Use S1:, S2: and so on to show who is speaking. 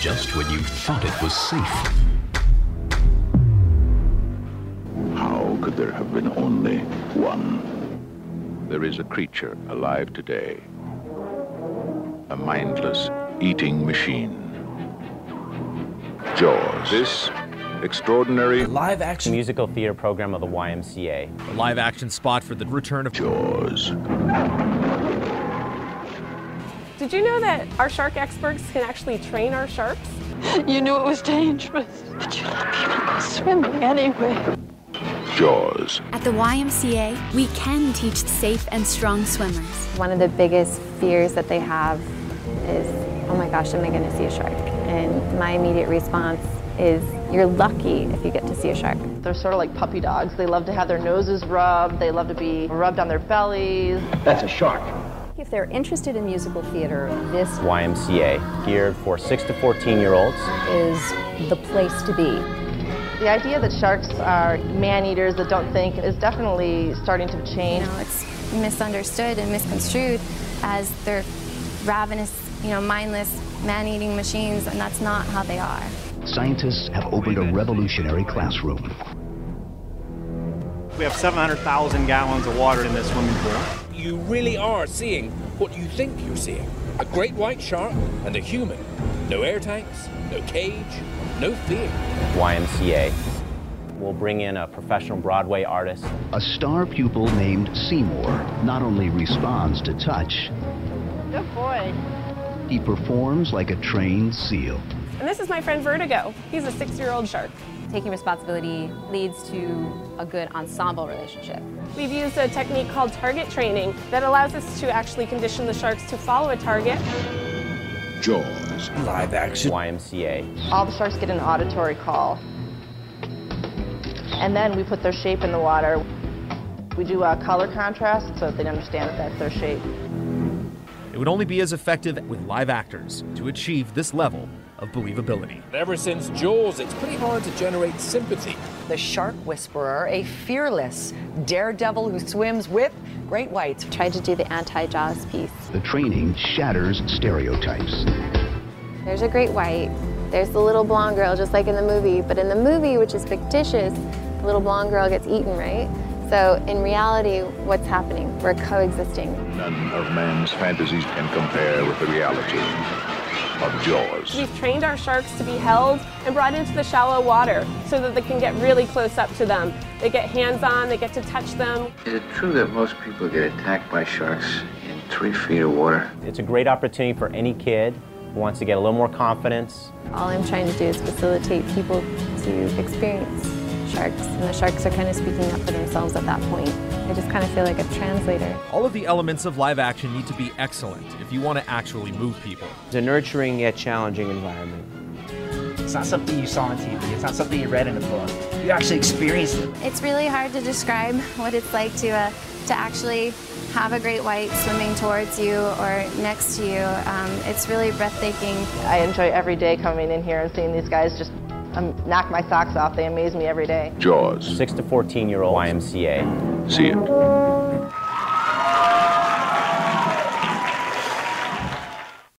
S1: just when you thought it was safe.
S2: How could there have been only one? There is a creature alive today. A mindless eating machine. Jaws. This extraordinary
S3: live action
S4: musical theater program of the YMCA.
S5: live action spot for the return of
S2: Jaws.
S6: Did you know that our shark experts can actually train our sharks?
S7: You knew it was dangerous, but you let people go swimming anyway.
S2: Jaws.
S8: At the YMCA, we can teach safe and strong swimmers.
S9: One of the biggest fears that they have is, oh my gosh, am I going to see a shark? And my immediate response is, you're lucky if you get to see a shark.
S7: They're sort of like puppy dogs. They love to have their noses rubbed. They love to be rubbed on their bellies.
S10: If they're interested in musical theater, this
S4: YMCA, geared for 6 to 14 year olds.
S10: is the place to be.
S7: The idea that sharks are man-eaters that don't think is definitely starting to change.
S8: You know, it's misunderstood and misconstrued as they're ravenous, you know, mindless, man-eating machines, and that's not how they are.
S11: Scientists have opened a revolutionary classroom.
S12: We have 700,000 gallons of water in this swimming pool.
S3: You really are seeing what you think you're seeing. A great white shark and a human. No air tanks, no cage, no fear.
S4: YMCA. We'll bring in a professional Broadway artist.
S11: A star pupil named Seymour not only responds to touch,
S7: Good boy.
S11: he performs like a trained seal.
S6: And this is my friend Vertigo. He's a six-year-old shark.
S9: Taking responsibility leads to a good ensemble relationship.
S6: We've used a technique called target training that allows us to actually condition the sharks to follow a target.
S2: Jaws.
S3: Live action
S4: YMCA.
S7: All the sharks get an auditory call. And then we put their shape in the water. We do a color contrast so that they understand that that's their shape.
S5: It would only be as effective with live actors to achieve this level of believability.
S3: Ever since Jaws, it's pretty hard to generate sympathy.
S10: The Shark Whisperer, a fearless daredevil who swims with great whites.
S9: Tried to do the anti-jaws piece.
S11: The training shatters stereotypes.
S9: There's a great white. There's the little blonde girl, just like in the movie. But in the movie, which is fictitious, the little blonde girl gets eaten, right? So in reality, what's happening? We're coexisting.
S2: None of man's fantasies can compare with the reality of Jaws.
S6: We've trained our sharks to be held and brought into the shallow water so that they can get really close up to them. They get hands-on, they get to touch them.
S13: Is it true that most people get attacked by sharks in three feet of water?
S4: It's a great opportunity for any kid who wants to get a little more confidence.
S9: All I'm trying to do is facilitate people to experience sharks, and the sharks are kind of speaking up for themselves at that point. I just kind of feel like a translator.
S5: All of the elements of live action need to be excellent if you want to actually move people.
S4: It's a nurturing yet challenging environment.
S12: It's not something you saw on TV. It's not something you read in a book. You actually experienced it.
S8: It's really hard to describe what it's like to uh, to actually have a great white swimming towards you or next to you. Um, it's really breathtaking.
S7: I enjoy every day coming in here and seeing these guys just um, knock my socks off. They amaze me every day.
S2: Jaws.
S4: 6 to 14 year old YMCA.
S2: See it.